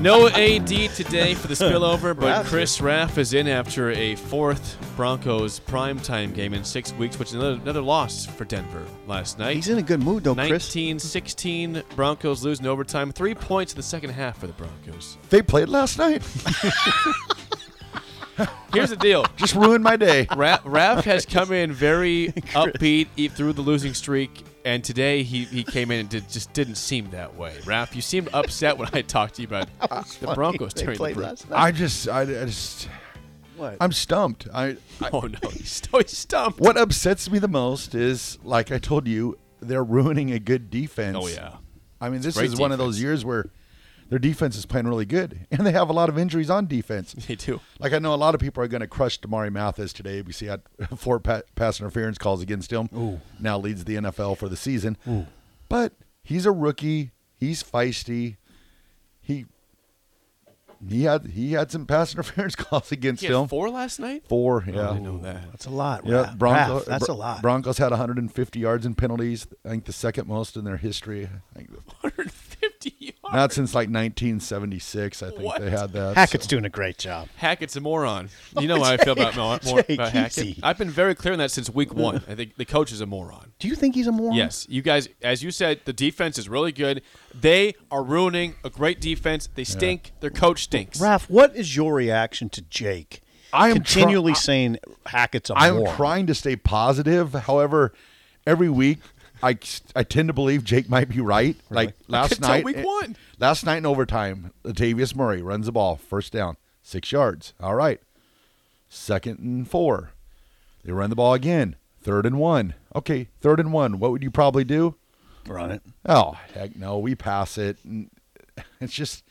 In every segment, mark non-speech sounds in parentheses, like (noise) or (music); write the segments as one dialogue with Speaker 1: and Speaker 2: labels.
Speaker 1: No AD today for the spillover, but Chris Raff is in after a fourth Broncos primetime game in six weeks, which is another, another loss for Denver last night.
Speaker 2: He's in a good mood though, Chris.
Speaker 1: 19 16, Broncos losing overtime. Three points in the second half for the Broncos.
Speaker 2: They played last night. (laughs)
Speaker 1: Here's the
Speaker 2: (laughs)
Speaker 1: deal
Speaker 2: Just ruined my day.
Speaker 1: Ra- Raff has come in
Speaker 2: (laughs)
Speaker 1: very upbeat e- through the losing streak, and today he, he came in and did, just didn't seem that way. Raff, you seemed upset when I talked to you about the Broncos
Speaker 2: They
Speaker 1: during
Speaker 2: played
Speaker 1: the break.
Speaker 2: last night.
Speaker 3: (laughs) I just, I, I just,
Speaker 2: What?
Speaker 3: I'm stumped. I,
Speaker 1: Oh, no. He's, so he's stumped.
Speaker 3: what upsets me the most is, like I told you, they're ruining a good defense.
Speaker 1: Oh, yeah.
Speaker 3: I mean, this is
Speaker 1: great
Speaker 3: one of those years where their defense is playing really good, and they have a lot of injuries on
Speaker 2: (laughs)
Speaker 3: defense.
Speaker 1: They do.
Speaker 3: Like I know a lot of people are going to crush Damari Mathis today. We see had (laughs) four pa- pass interference calls against him. Now leads the NFL for the season. But he's a rookie. He's feisty. He he had he had some pass (laughs) interference calls against
Speaker 1: He
Speaker 3: him.
Speaker 1: had four last night?
Speaker 3: Four, yeah.
Speaker 2: That's a lot.
Speaker 3: Yeah,
Speaker 2: Raph.
Speaker 3: Bronco,
Speaker 2: Raph, that's
Speaker 3: Bro-
Speaker 2: a lot.
Speaker 3: Broncos had 150 yards in penalties. I think the second most in their history.
Speaker 1: (laughs)
Speaker 3: I think
Speaker 1: 150 yards.
Speaker 3: not since like 1976. I think
Speaker 1: What?
Speaker 3: they had that.
Speaker 2: Hackett's doing a great job.
Speaker 1: Hackett's a
Speaker 3: (laughs)
Speaker 1: moron. You know how I feel about, Mor- Mor-
Speaker 2: Jake,
Speaker 1: about Hackett.
Speaker 2: easy.
Speaker 1: I've been very clear on that since week one. I think the coach is a moron.
Speaker 2: Do you think he's a
Speaker 3: Uh-huh.
Speaker 2: moron?
Speaker 1: Yes, you guys, as you said, the defense is really good. They are ruining a great defense. They stink. Their coach stinks.
Speaker 2: Raph, what is your reaction to Jake?
Speaker 3: I am try-
Speaker 2: continually saying Hackett's a
Speaker 3: I'm
Speaker 2: moron.
Speaker 3: trying to stay positive. However, every week I, I tend to believe Jake might be right. Like last
Speaker 1: Until
Speaker 3: night, eh,
Speaker 1: week one.
Speaker 3: Last night in overtime, Latavius Murray runs the ball first down, six yards. All right, second and four. They run the ball again. Third and one. Okay, third and one. What would you probably do?
Speaker 2: Run it.
Speaker 3: Oh heck, no, we pass it. And It's just,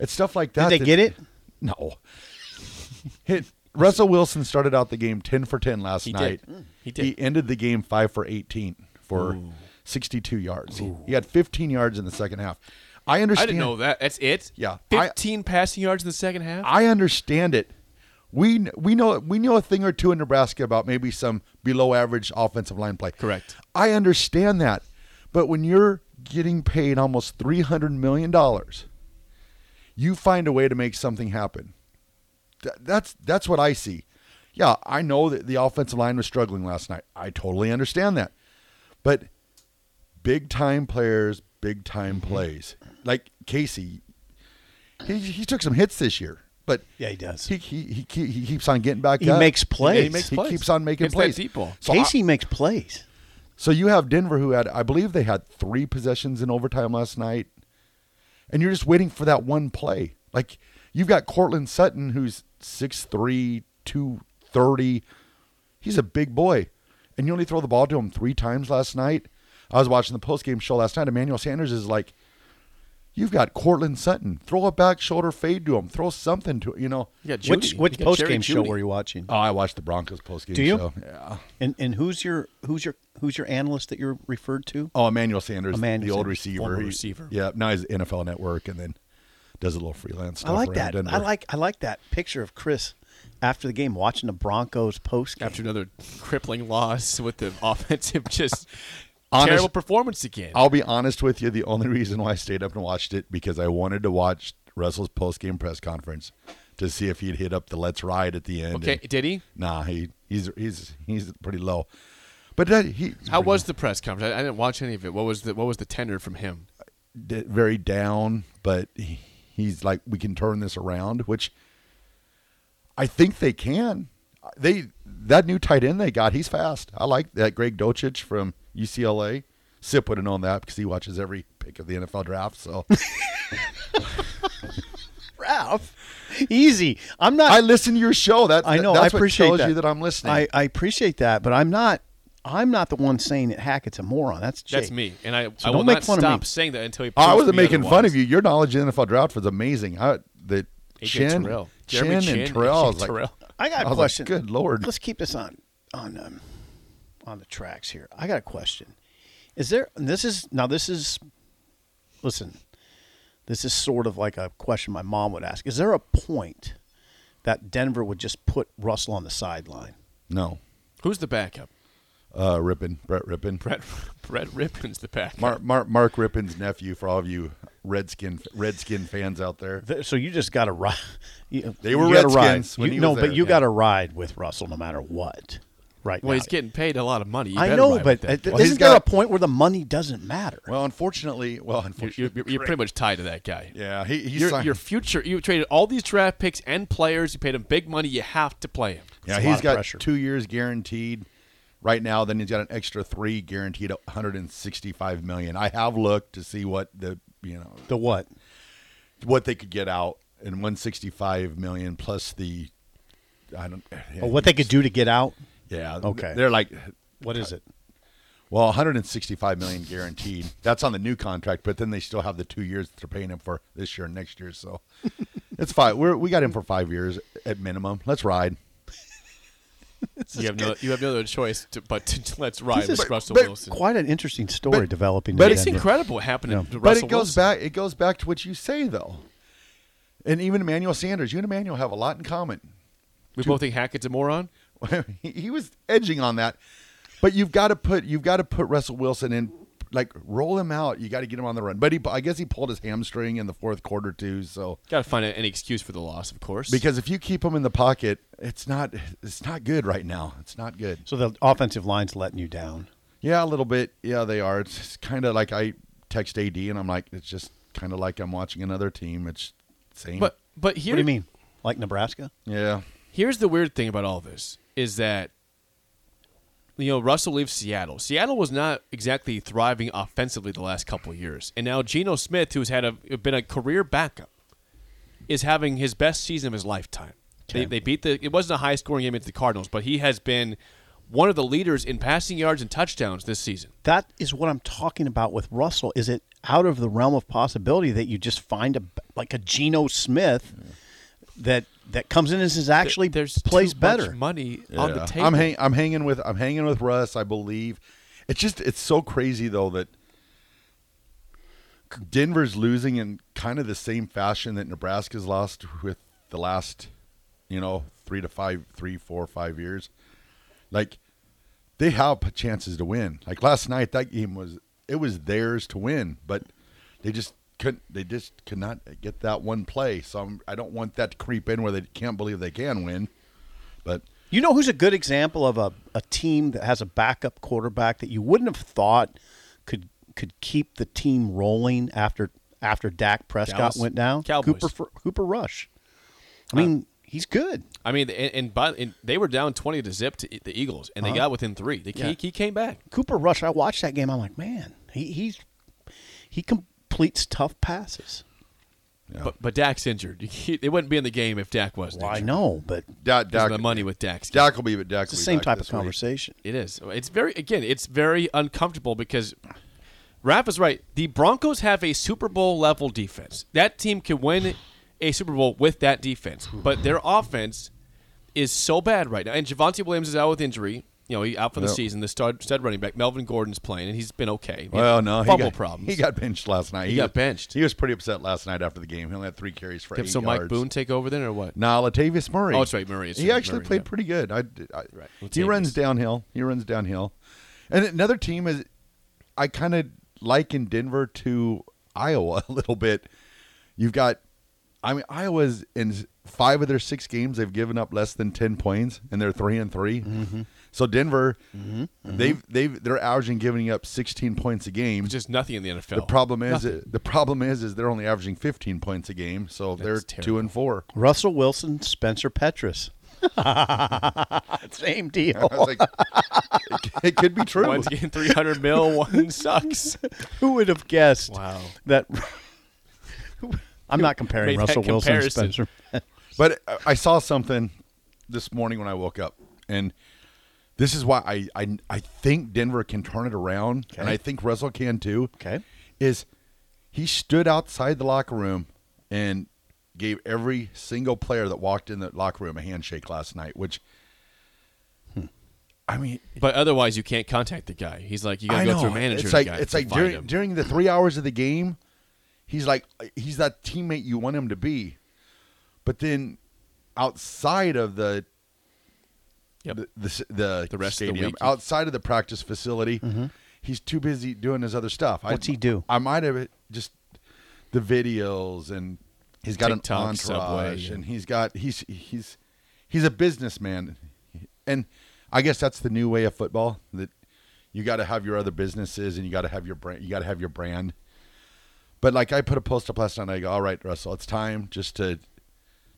Speaker 3: it's stuff like that.
Speaker 2: they
Speaker 3: that-
Speaker 2: get it?
Speaker 3: No. (laughs) Hit, Russell Wilson started out the game ten for ten last
Speaker 1: He
Speaker 3: night.
Speaker 1: did. Mm, He did.
Speaker 3: ended the game five for eighteen for sixty-two yards. He, he had fifteen yards in the second half. I
Speaker 1: I
Speaker 3: understand.
Speaker 1: didn't know that. That's it.
Speaker 3: Yeah, I-
Speaker 1: 15 passing yards in the second half.
Speaker 3: I understand it. We we know we know a thing or two in Nebraska about maybe some below average offensive line play.
Speaker 1: Correct.
Speaker 3: I understand that, but when you're getting paid almost three hundred million dollars, you find a way to make something happen. Th- that's that's what I see. Yeah, I know that the offensive line was struggling last night. I totally understand that, but big time players, big
Speaker 2: Mm-hmm.
Speaker 3: time plays like Casey. He, he took some hits this year, but
Speaker 2: Yeah, he does.
Speaker 3: he he, he, ke- he keeps on getting back
Speaker 2: He
Speaker 3: up.
Speaker 2: makes plays.
Speaker 3: He,
Speaker 2: makes
Speaker 1: plays.
Speaker 3: keeps on making
Speaker 1: Hits that
Speaker 3: plays.
Speaker 1: deep ball.
Speaker 3: So I-
Speaker 2: Casey makes plays.
Speaker 3: so you have Denver, who had, I believe they had three possessions in overtime last night, and you're just waiting for that one play. Like you've got Cortland Sutton, who's 6'3", 230. He's a big boy, and you only throw the ball to him three times last night. I was watching the post-game show last night. Emmanuel Sanders is like, "You've got Cortland Sutton. Throw a back shoulder fade to him. Throw something to you know."
Speaker 1: You got
Speaker 2: Which
Speaker 1: Jeudy.
Speaker 2: which
Speaker 1: You got
Speaker 2: post
Speaker 1: Jerry
Speaker 2: game show
Speaker 1: Jeudy.
Speaker 2: were you watching?
Speaker 3: Oh, I watched the Broncos post-game
Speaker 2: Do you?
Speaker 3: show. Yeah.
Speaker 2: And and who's your who's your who's your analyst that you're referred to?
Speaker 3: Oh, Emmanuel Sanders,
Speaker 2: Emmanuel
Speaker 3: the old
Speaker 2: Sanders,
Speaker 3: receiver,
Speaker 1: former
Speaker 3: He-
Speaker 1: receiver.
Speaker 3: Yeah, now he's NFL Network, and then does a little freelance stuff.
Speaker 2: I like
Speaker 3: around
Speaker 2: that.
Speaker 3: Denver.
Speaker 2: I like I like that picture of Chris after the game watching the Broncos post game.
Speaker 1: After another crippling loss with the (laughs) offensive, just
Speaker 3: Honest-
Speaker 1: terrible performance again.
Speaker 3: I'll be honest with you. The only (laughs) reason why I stayed up and watched it because I wanted to watch Russell's post-game press conference to see if he'd hit up the "Let's Ride" at the end.
Speaker 1: okay,
Speaker 3: and-
Speaker 1: did he?
Speaker 3: nah, he he's he's he's pretty low. But that, he
Speaker 1: How was the press conference? I, I didn't watch any of it. What was the what was the tenor from him?
Speaker 2: (laughs) Ralph, easy. I'm not.
Speaker 3: I listen to your show. That
Speaker 2: I know.
Speaker 3: That's
Speaker 2: I appreciate
Speaker 3: what tells
Speaker 2: that.
Speaker 3: you that I'm listening.
Speaker 2: I, I appreciate that, but I'm not. I'm not the one saying that Hackett's a moron. That's Jake.
Speaker 1: That's me, and I, I
Speaker 2: So don't
Speaker 1: will
Speaker 2: make
Speaker 1: not
Speaker 2: fun of
Speaker 1: stop
Speaker 2: me.
Speaker 1: saying that until he.
Speaker 3: Oh, I
Speaker 1: proves
Speaker 3: wasn't
Speaker 1: me
Speaker 3: making fun
Speaker 1: otherwise.
Speaker 3: of you. Your knowledge of the NFL draft was amazing. I the Chin,
Speaker 1: Terrell. Jeremy
Speaker 3: Chin,
Speaker 1: Chin and
Speaker 3: and Terrell. I was like,
Speaker 1: Terrell.
Speaker 2: I got
Speaker 3: I
Speaker 2: a
Speaker 3: was like,
Speaker 2: question.
Speaker 3: good Lord.
Speaker 2: Let's keep this on on um, on the tracks here. I got a question. Is there? And this is now. This is. Listen, this is sort of like a question my mom would ask. Is there a point that Denver would just put Russell on the sideline?
Speaker 3: No.
Speaker 1: Who's the backup? (laughs)
Speaker 3: Uh, Rippin, Brett Rippin.
Speaker 1: Brett Brett Rippon's the backup.
Speaker 3: Mark, Mark, Mark Rippin's nephew for all of you Redskin Redskin fans out there.
Speaker 2: Th- So you just got to ride. (laughs) You,
Speaker 3: They were
Speaker 2: you gotta ride.
Speaker 3: Redskins when
Speaker 2: You-
Speaker 3: he
Speaker 2: no,
Speaker 3: was
Speaker 2: but
Speaker 3: there,
Speaker 2: you
Speaker 3: yeah.
Speaker 2: got to ride with Russell no matter what. Right.
Speaker 1: well,
Speaker 2: now.
Speaker 1: he's getting paid a lot of money. You
Speaker 2: I
Speaker 1: better
Speaker 2: know,
Speaker 1: ride
Speaker 2: but
Speaker 1: with that.
Speaker 2: uh,
Speaker 3: Well,
Speaker 2: isn't
Speaker 3: he's
Speaker 2: there a
Speaker 3: got-
Speaker 2: point where the money doesn't matter?
Speaker 3: Well, unfortunately, well,
Speaker 1: You're,
Speaker 3: unfortunately,
Speaker 1: you're, you're pretty much tied to that guy.
Speaker 3: yeah, he, he
Speaker 1: Your,
Speaker 3: signed-
Speaker 1: your future. You traded all these draft picks and players. You paid him big money. You have to play
Speaker 3: (laughs)
Speaker 1: him.
Speaker 3: yeah,
Speaker 2: It's a lot
Speaker 3: he's
Speaker 2: of
Speaker 3: got
Speaker 2: pressure.
Speaker 3: two years guaranteed right now. Then he's got an extra three guaranteed, at 165 million. I have looked to see what the you know
Speaker 2: the what?
Speaker 3: what they could get out, and 165 million plus the I don't yeah,
Speaker 2: Or Oh, what they could do to get out?
Speaker 3: yeah
Speaker 2: Okay.
Speaker 3: they're like
Speaker 2: What is it?
Speaker 3: Well, 165 million guaranteed. That's on the new contract, but then they still have the two years that they're paying him for this year and next year. (laughs) So it's fine. We're, we got him for five years at minimum. Let's ride.
Speaker 1: You have no. You have no other choice to, but to, to let's ride
Speaker 2: This
Speaker 1: with
Speaker 2: is
Speaker 1: Russell
Speaker 2: but
Speaker 1: Wilson.
Speaker 2: quite an interesting story developing.
Speaker 3: but
Speaker 2: in
Speaker 1: it's
Speaker 2: Denver.
Speaker 1: incredible what happened to Russell
Speaker 3: but it goes
Speaker 1: Wilson.
Speaker 3: back. It goes back to what you say though, and even Emmanuel Sanders. You and Emmanuel have a lot in common. (laughs)
Speaker 1: We both think Hackett's a moron.
Speaker 3: he he was edging on that, but you've got to put you've got to put Russell Wilson in, like roll him out. You got to get him on the run. But he, I guess he pulled his hamstring in the fourth quarter too. So
Speaker 1: Got to find a- an excuse for the loss, of course.
Speaker 3: because if you keep him in the pocket, it's not it's not good right now. It's not good.
Speaker 2: So the offensive line's letting you down.
Speaker 3: Yeah, a little bit. Yeah, they are. It's, kind of like I text AD and I'm like, it's just kind of like I'm watching another team. It's same.
Speaker 1: but but here
Speaker 2: What do you mean? Like Nebraska?
Speaker 3: yeah,
Speaker 1: Here's the weird thing about all this is that you know Russell leaves Seattle. Seattle was not exactly thriving offensively the last couple of years, and now Geno Smith, who's had a been a career backup, is having his best season of his lifetime. They, they beat the. It wasn't a high scoring game against the Cardinals, but he has been one of the leaders in passing yards and touchdowns this season.
Speaker 2: That is what I'm talking about with Russell. Is it out of the realm of possibility that you just find a like a Geno Smith that that comes in and is actually
Speaker 1: there's
Speaker 2: plays
Speaker 1: too much
Speaker 2: better?
Speaker 1: money on the
Speaker 3: Yeah.
Speaker 1: table.
Speaker 3: I'm hang, I'm hanging with I'm hanging with Russ. I believe. It's just it's so crazy though that Denver's losing in kind of the same fashion that Nebraska's lost with the last, you know, three to five, three, four, five years. Like they have p- chances to win. Like last night, that game was it was theirs to win, but they just couldn't. They just could not get that one play. So I'm, I don't want that to creep in where they can't believe they can win. But
Speaker 2: You know who's a good example of a, a team that has a backup quarterback that you wouldn't have thought could could keep the team rolling after after Dak Prescott
Speaker 1: Dallas
Speaker 2: went down?
Speaker 1: Cowboys.
Speaker 2: Cooper Fr- Cooper Rush. I
Speaker 3: Uh,
Speaker 2: mean, he's good.
Speaker 1: I mean, and, and by and they were down twenty to zip to the Eagles, and they
Speaker 2: Uh-huh.
Speaker 1: got within three. They, he, he came back.
Speaker 2: Cooper Rush. I watched that game. I'm like, man, he he's he completes tough passes.
Speaker 1: But but Dak's injured. (laughs) He, it wouldn't be in the game if Dak wasn't.
Speaker 2: Well, I
Speaker 1: injured.
Speaker 2: know, but
Speaker 3: Dak,
Speaker 1: Because of
Speaker 3: Dak,
Speaker 1: the money with Dak's.
Speaker 3: Dak will be, but Dak
Speaker 2: it's the
Speaker 3: will be
Speaker 2: same
Speaker 3: back
Speaker 2: type of
Speaker 3: this week.
Speaker 2: conversation.
Speaker 1: It is. It's very again. It's very uncomfortable because Raph is right. The Broncos have a Super Bowl level defense. That team can win a Super Bowl with that defense, but their offense is so bad right now. And Javante Williams is out with injury. You know, he out for the
Speaker 3: Yep.
Speaker 1: season. The stud, stud running back Melvin Gordon's playing, and he's been okay. He had
Speaker 3: Well, no, he
Speaker 1: fumble
Speaker 3: got,
Speaker 1: problems.
Speaker 3: He got benched last night. He,
Speaker 1: got
Speaker 3: was-
Speaker 1: benched.
Speaker 3: He was pretty upset last night after the game. He only had three carries for
Speaker 1: Yep,
Speaker 3: eight
Speaker 1: so
Speaker 3: yards.
Speaker 1: Mike Boone take over then, or what?
Speaker 3: Nah, Latavius Murray.
Speaker 1: Oh, that's right, Murray. It's
Speaker 3: He
Speaker 1: right,
Speaker 3: actually
Speaker 1: Murray,
Speaker 3: played
Speaker 1: yeah.
Speaker 3: pretty good. I, I-
Speaker 1: Right,
Speaker 3: He
Speaker 1: Latavius.
Speaker 3: runs downhill. He runs downhill. And another team is, I kind of liken Denver to Iowa (laughs) a little bit. You've got, I mean, Iowa's in five of their six games they've given up less than ten points, and they're three and 3
Speaker 1: Mm-hmm.
Speaker 3: So Denver, they've they've they're averaging giving up sixteen points a game.
Speaker 1: Just nothing in the NFL.
Speaker 3: The problem is the problem is is they're only averaging 15 points a game, so they're
Speaker 1: terrible.
Speaker 3: two and four. (laughs)
Speaker 2: Russell Wilson, Spencer Petrus. (laughs) same deal.
Speaker 3: (laughs) I was like, it, it
Speaker 1: (laughs)
Speaker 3: could be true.
Speaker 1: One's getting 300
Speaker 3: (laughs)
Speaker 1: mil, one sucks.
Speaker 2: Who would have guessed?
Speaker 1: Wow.
Speaker 2: That (laughs) I'm not
Speaker 1: Made
Speaker 2: comparing
Speaker 1: that
Speaker 2: Russell Wilson and
Speaker 1: comparison.
Speaker 2: Spencer.
Speaker 3: But I- I saw something this morning when I woke up, and this is why I I, I think Denver can turn it around, and
Speaker 2: Okay.
Speaker 3: I think Russell can too.
Speaker 2: Okay.
Speaker 3: is he stood outside the locker room and gave every
Speaker 1: Hmm.
Speaker 3: single player that walked in the locker room a handshake last night, which I mean,
Speaker 1: But otherwise, you can't contact the guy. He's like, you gotta
Speaker 3: I
Speaker 1: go
Speaker 3: know.
Speaker 1: through manager.
Speaker 3: It's like
Speaker 1: guy
Speaker 3: it's
Speaker 1: to
Speaker 3: like
Speaker 1: find
Speaker 3: during
Speaker 1: him.
Speaker 3: during the three hours of the game, he's like he's that teammate you want him to be, but then outside of the
Speaker 1: Yep.
Speaker 3: the, the s- the
Speaker 1: The rest of the
Speaker 3: stadium,
Speaker 1: week.
Speaker 3: outside of the practice facility, he's too busy doing his other stuff. I-
Speaker 2: Mm-hmm. What's he do?
Speaker 3: I might have just the videos and he's got
Speaker 1: TikTok,
Speaker 3: an entourage
Speaker 1: Subway,
Speaker 3: and
Speaker 1: and-
Speaker 3: he's got he's he's he's a businessman and i guess that's the new way of football that you got to have your other businesses and you got to have your brand you got to have your brand but like i put a post up last night i go all right russell it's time just to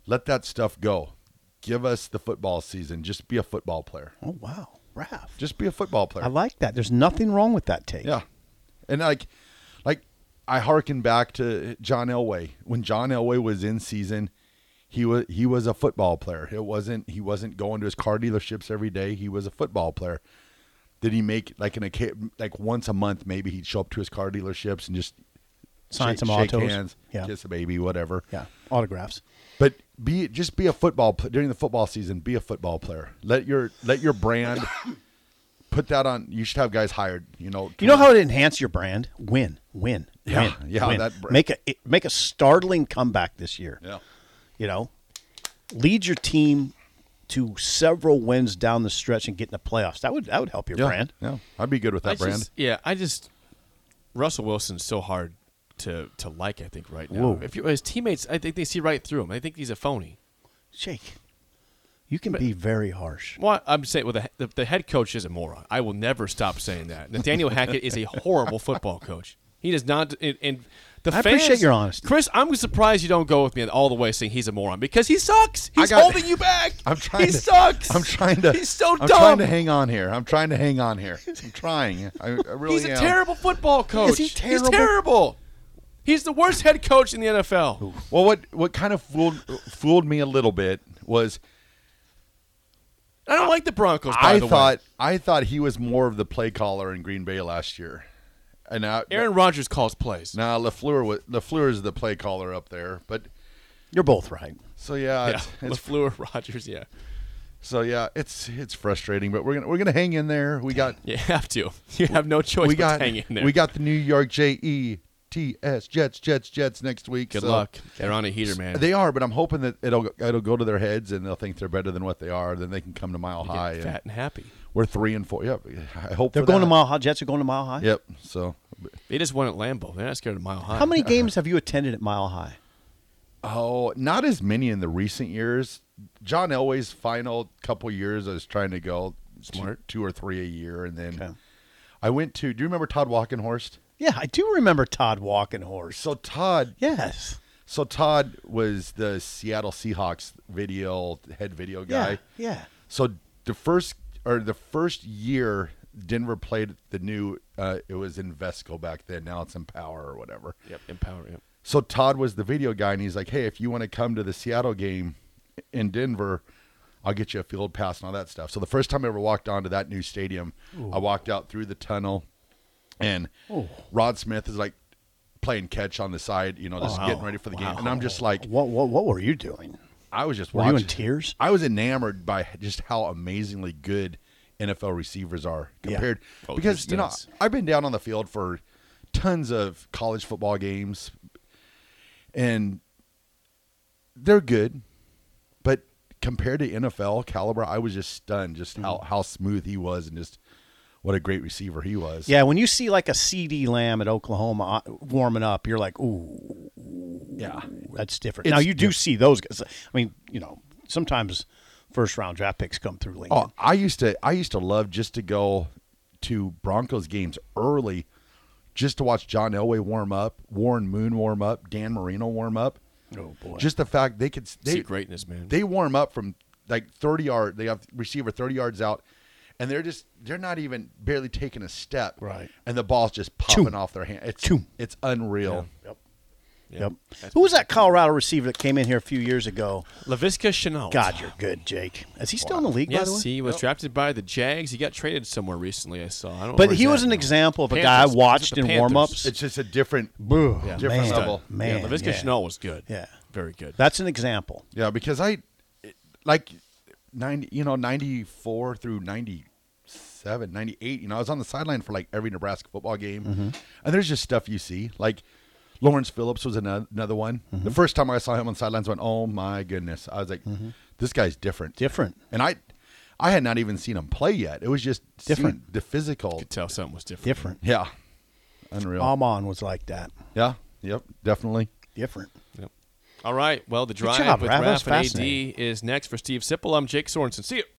Speaker 3: let that stuff go give us the football season just be a football player
Speaker 2: Oh wow, Raf.
Speaker 3: just be a football player
Speaker 2: I like that. There's nothing wrong with that take.
Speaker 3: yeah. And like like I hearken back to John Elway. When John Elway was in season, he was he was a football player. It wasn't he wasn't going to his car dealerships every day. He was a football player. Did he make like an occa- like once a month maybe he'd show up to his car dealerships and just
Speaker 2: Sign
Speaker 3: shake,
Speaker 2: some
Speaker 3: shake
Speaker 2: autos.
Speaker 3: hands,
Speaker 2: yeah.
Speaker 3: kiss a baby, whatever.
Speaker 2: Yeah. Autographs.
Speaker 3: But be just be a football pl- during the football season. Be a football player. Let your let your brand (coughs) put that on. You should have guys hired. You know.
Speaker 2: You know how it enhances your brand? Win, win,
Speaker 3: Yeah, (laughs)
Speaker 2: win,
Speaker 3: yeah,
Speaker 2: win.
Speaker 3: that br-
Speaker 2: make a it- make a startling comeback this year.
Speaker 3: Yeah.
Speaker 2: You know, lead your team to several wins down the stretch and get in the playoffs. That would that would help your
Speaker 3: Yeah,
Speaker 2: brand.
Speaker 3: Yeah, I'd be good with that
Speaker 1: I
Speaker 3: brand.
Speaker 1: Just, yeah, I just Russell Wilson's so hard to to like. I think right now,
Speaker 2: Whoa.
Speaker 1: if you, his teammates, I think they see right through him. I think he's a phony.
Speaker 2: Jake, you can be very harsh.
Speaker 1: Well, I'm saying, well, the, the, the head coach is a moron. I will never stop saying that. Nathaniel Hackett is a
Speaker 3: (laughs)
Speaker 1: horrible football coach. He does not. And, and the
Speaker 2: I
Speaker 1: fans,
Speaker 2: appreciate your honesty.
Speaker 1: Chris. I'm surprised you don't go with me all the way saying he's a moron because he sucks. He's
Speaker 3: got-
Speaker 1: holding you back.
Speaker 3: (laughs) I'm trying.
Speaker 1: He
Speaker 3: to,
Speaker 1: sucks.
Speaker 3: I'm trying to.
Speaker 1: He's so
Speaker 3: I'm
Speaker 1: dumb.
Speaker 3: trying to hang on here. I'm trying to hang on (laughs) here. I'm trying. I, I really
Speaker 1: he's a
Speaker 3: am.
Speaker 1: terrible football coach.
Speaker 2: he terrible?
Speaker 1: He's terrible. He's the worst head coach in the NFL.
Speaker 3: Well, what what kind of fooled fooled me a little bit was
Speaker 1: I don't like the Broncos. By
Speaker 3: I
Speaker 1: the way.
Speaker 3: thought I thought he was more of the play caller in Green Bay last year, and now
Speaker 1: Aaron Rodgers calls plays.
Speaker 3: now Lafleur was Lafleur is the play caller up there, but
Speaker 2: You're both right.
Speaker 3: so yeah,
Speaker 2: (laughs)
Speaker 1: yeah,
Speaker 3: It's, it's
Speaker 1: Lafleur, (laughs) Rodgers. Yeah,
Speaker 3: so yeah, it's it's frustrating, but we're gonna we're gonna hang in there. We got
Speaker 1: you have to. (laughs) You have no choice
Speaker 3: we
Speaker 1: but
Speaker 3: got
Speaker 1: to hang in there.
Speaker 3: we got the New York J E T S Jets Jets Jets next week.
Speaker 1: Good
Speaker 3: so-
Speaker 1: luck. They're on a heater, man.
Speaker 3: They are, but I'm hoping that it'll it'll go to their heads and they'll think they're better than what they are. Then they can come to Mile
Speaker 1: Get
Speaker 3: High.
Speaker 1: fat
Speaker 3: And
Speaker 1: and happy.
Speaker 3: we're three and four. Yep. I hope
Speaker 2: They're
Speaker 3: for
Speaker 2: going
Speaker 3: that.
Speaker 2: to mile high. Jets are going to mile high.
Speaker 3: Yep. So,
Speaker 1: They just won at Lambeau. They're not scared of Mile High.
Speaker 2: How many games have you attended at Mile High?
Speaker 3: oh, not as many in the recent years. John Elway's final couple years, I was trying to go smart two, or three a year, and then
Speaker 2: Okay.
Speaker 3: I went to. Do you remember Todd Walkenhorst?
Speaker 2: Yeah, I do remember Todd Walking Horse.
Speaker 3: So Todd,
Speaker 2: Yes.
Speaker 3: so Todd was the Seattle Seahawks video head video guy.
Speaker 2: Yeah. Yeah.
Speaker 3: So the first or the first year Denver played the new uh, it was Invesco back then. Now it's Empower or whatever.
Speaker 1: Yep, empower. Yep.
Speaker 3: So Todd was the video guy, and he's like, "Hey, if you want to come to the Seattle game in Denver, I'll get you a field pass and all that stuff." So the first time I ever walked onto that new stadium, I walked out through the tunnel, and Rod Smith is like playing catch on the side, you know, just getting ready for the game, and I'm just like,
Speaker 2: What what what were you doing?
Speaker 3: I was just
Speaker 2: Were you in
Speaker 3: watching-
Speaker 2: tears?
Speaker 3: I was enamored by just how amazingly good NFL receivers are
Speaker 2: Yeah.
Speaker 3: compared
Speaker 1: Oh,
Speaker 3: because you know
Speaker 1: distance.
Speaker 3: I've been down on the field for tons of college football games and they're good but compared to NFL caliber I was just stunned just how
Speaker 2: Hmm.
Speaker 3: how smooth he was and just what a great receiver he was.
Speaker 2: Yeah, when you see like a CD Lamb at Oklahoma uh, warming up, you're like, ooh,
Speaker 3: Yeah.
Speaker 2: that's different.
Speaker 3: It's
Speaker 2: now you do see those guys. I mean, you know, sometimes first round draft picks come through Lincoln.
Speaker 3: Oh, I used to I used to love just to go to Broncos games early just to watch John Elway warm up, Warren Moon warm up, Dan Marino warm up.
Speaker 2: Oh, boy.
Speaker 3: Just the fact they could they
Speaker 1: See greatness, man.
Speaker 3: They warm up from like 30 yard, they have receiver 30 yards out and they're just they're not even barely taking a step.
Speaker 2: Right.
Speaker 3: And the ball's just popping off their hand. It's
Speaker 2: Choom.
Speaker 3: it's unreal.
Speaker 2: yep. Yep. Who was that Colorado receiver that came in here a few years ago?
Speaker 1: Lavisca Chenault.
Speaker 2: God, you're good, Jake. Is he still in the league, by the way?
Speaker 1: Yes, he was drafted by the Jags. He got traded somewhere recently. I saw. I don't.
Speaker 2: but
Speaker 1: remember
Speaker 2: he was an
Speaker 1: exactly.
Speaker 2: example of a
Speaker 1: Panthers.
Speaker 2: guy I
Speaker 1: He was
Speaker 2: watched
Speaker 1: with the
Speaker 2: in warm ups.
Speaker 3: It's just a different
Speaker 2: Yeah.
Speaker 3: different
Speaker 2: man,
Speaker 3: level.
Speaker 2: Man,
Speaker 1: Yeah, Lavisca
Speaker 2: yeah.
Speaker 1: Chenault was good.
Speaker 2: Yeah.
Speaker 1: very good.
Speaker 2: That's an example.
Speaker 3: Yeah, because I it- like ninety, you know, ninety four through ninety 97, 98. You know, I was on the sideline for like every Nebraska football game.
Speaker 2: Mm-hmm.
Speaker 3: And there's just stuff you see. Like Lawrence Phillips was ano- another one.
Speaker 2: Mm-hmm.
Speaker 3: The first time I saw him on the sidelines, I went, oh my goodness. I was like, this guy's different.
Speaker 2: Different.
Speaker 3: And I I had not even seen him play yet. It was just seeing
Speaker 2: Different.
Speaker 3: the physical.
Speaker 1: Could tell something was different.
Speaker 2: Different.
Speaker 3: Yeah. Unreal.
Speaker 2: Amon was like that.
Speaker 3: yeah. Yep. Definitely.
Speaker 2: Different.
Speaker 1: All right. Well, the drive
Speaker 2: job,
Speaker 1: with
Speaker 2: Rav. That was
Speaker 1: Raph and AD
Speaker 2: fascinating.
Speaker 1: is next for Steve Sipple. I'm Jake Sorensen. See you.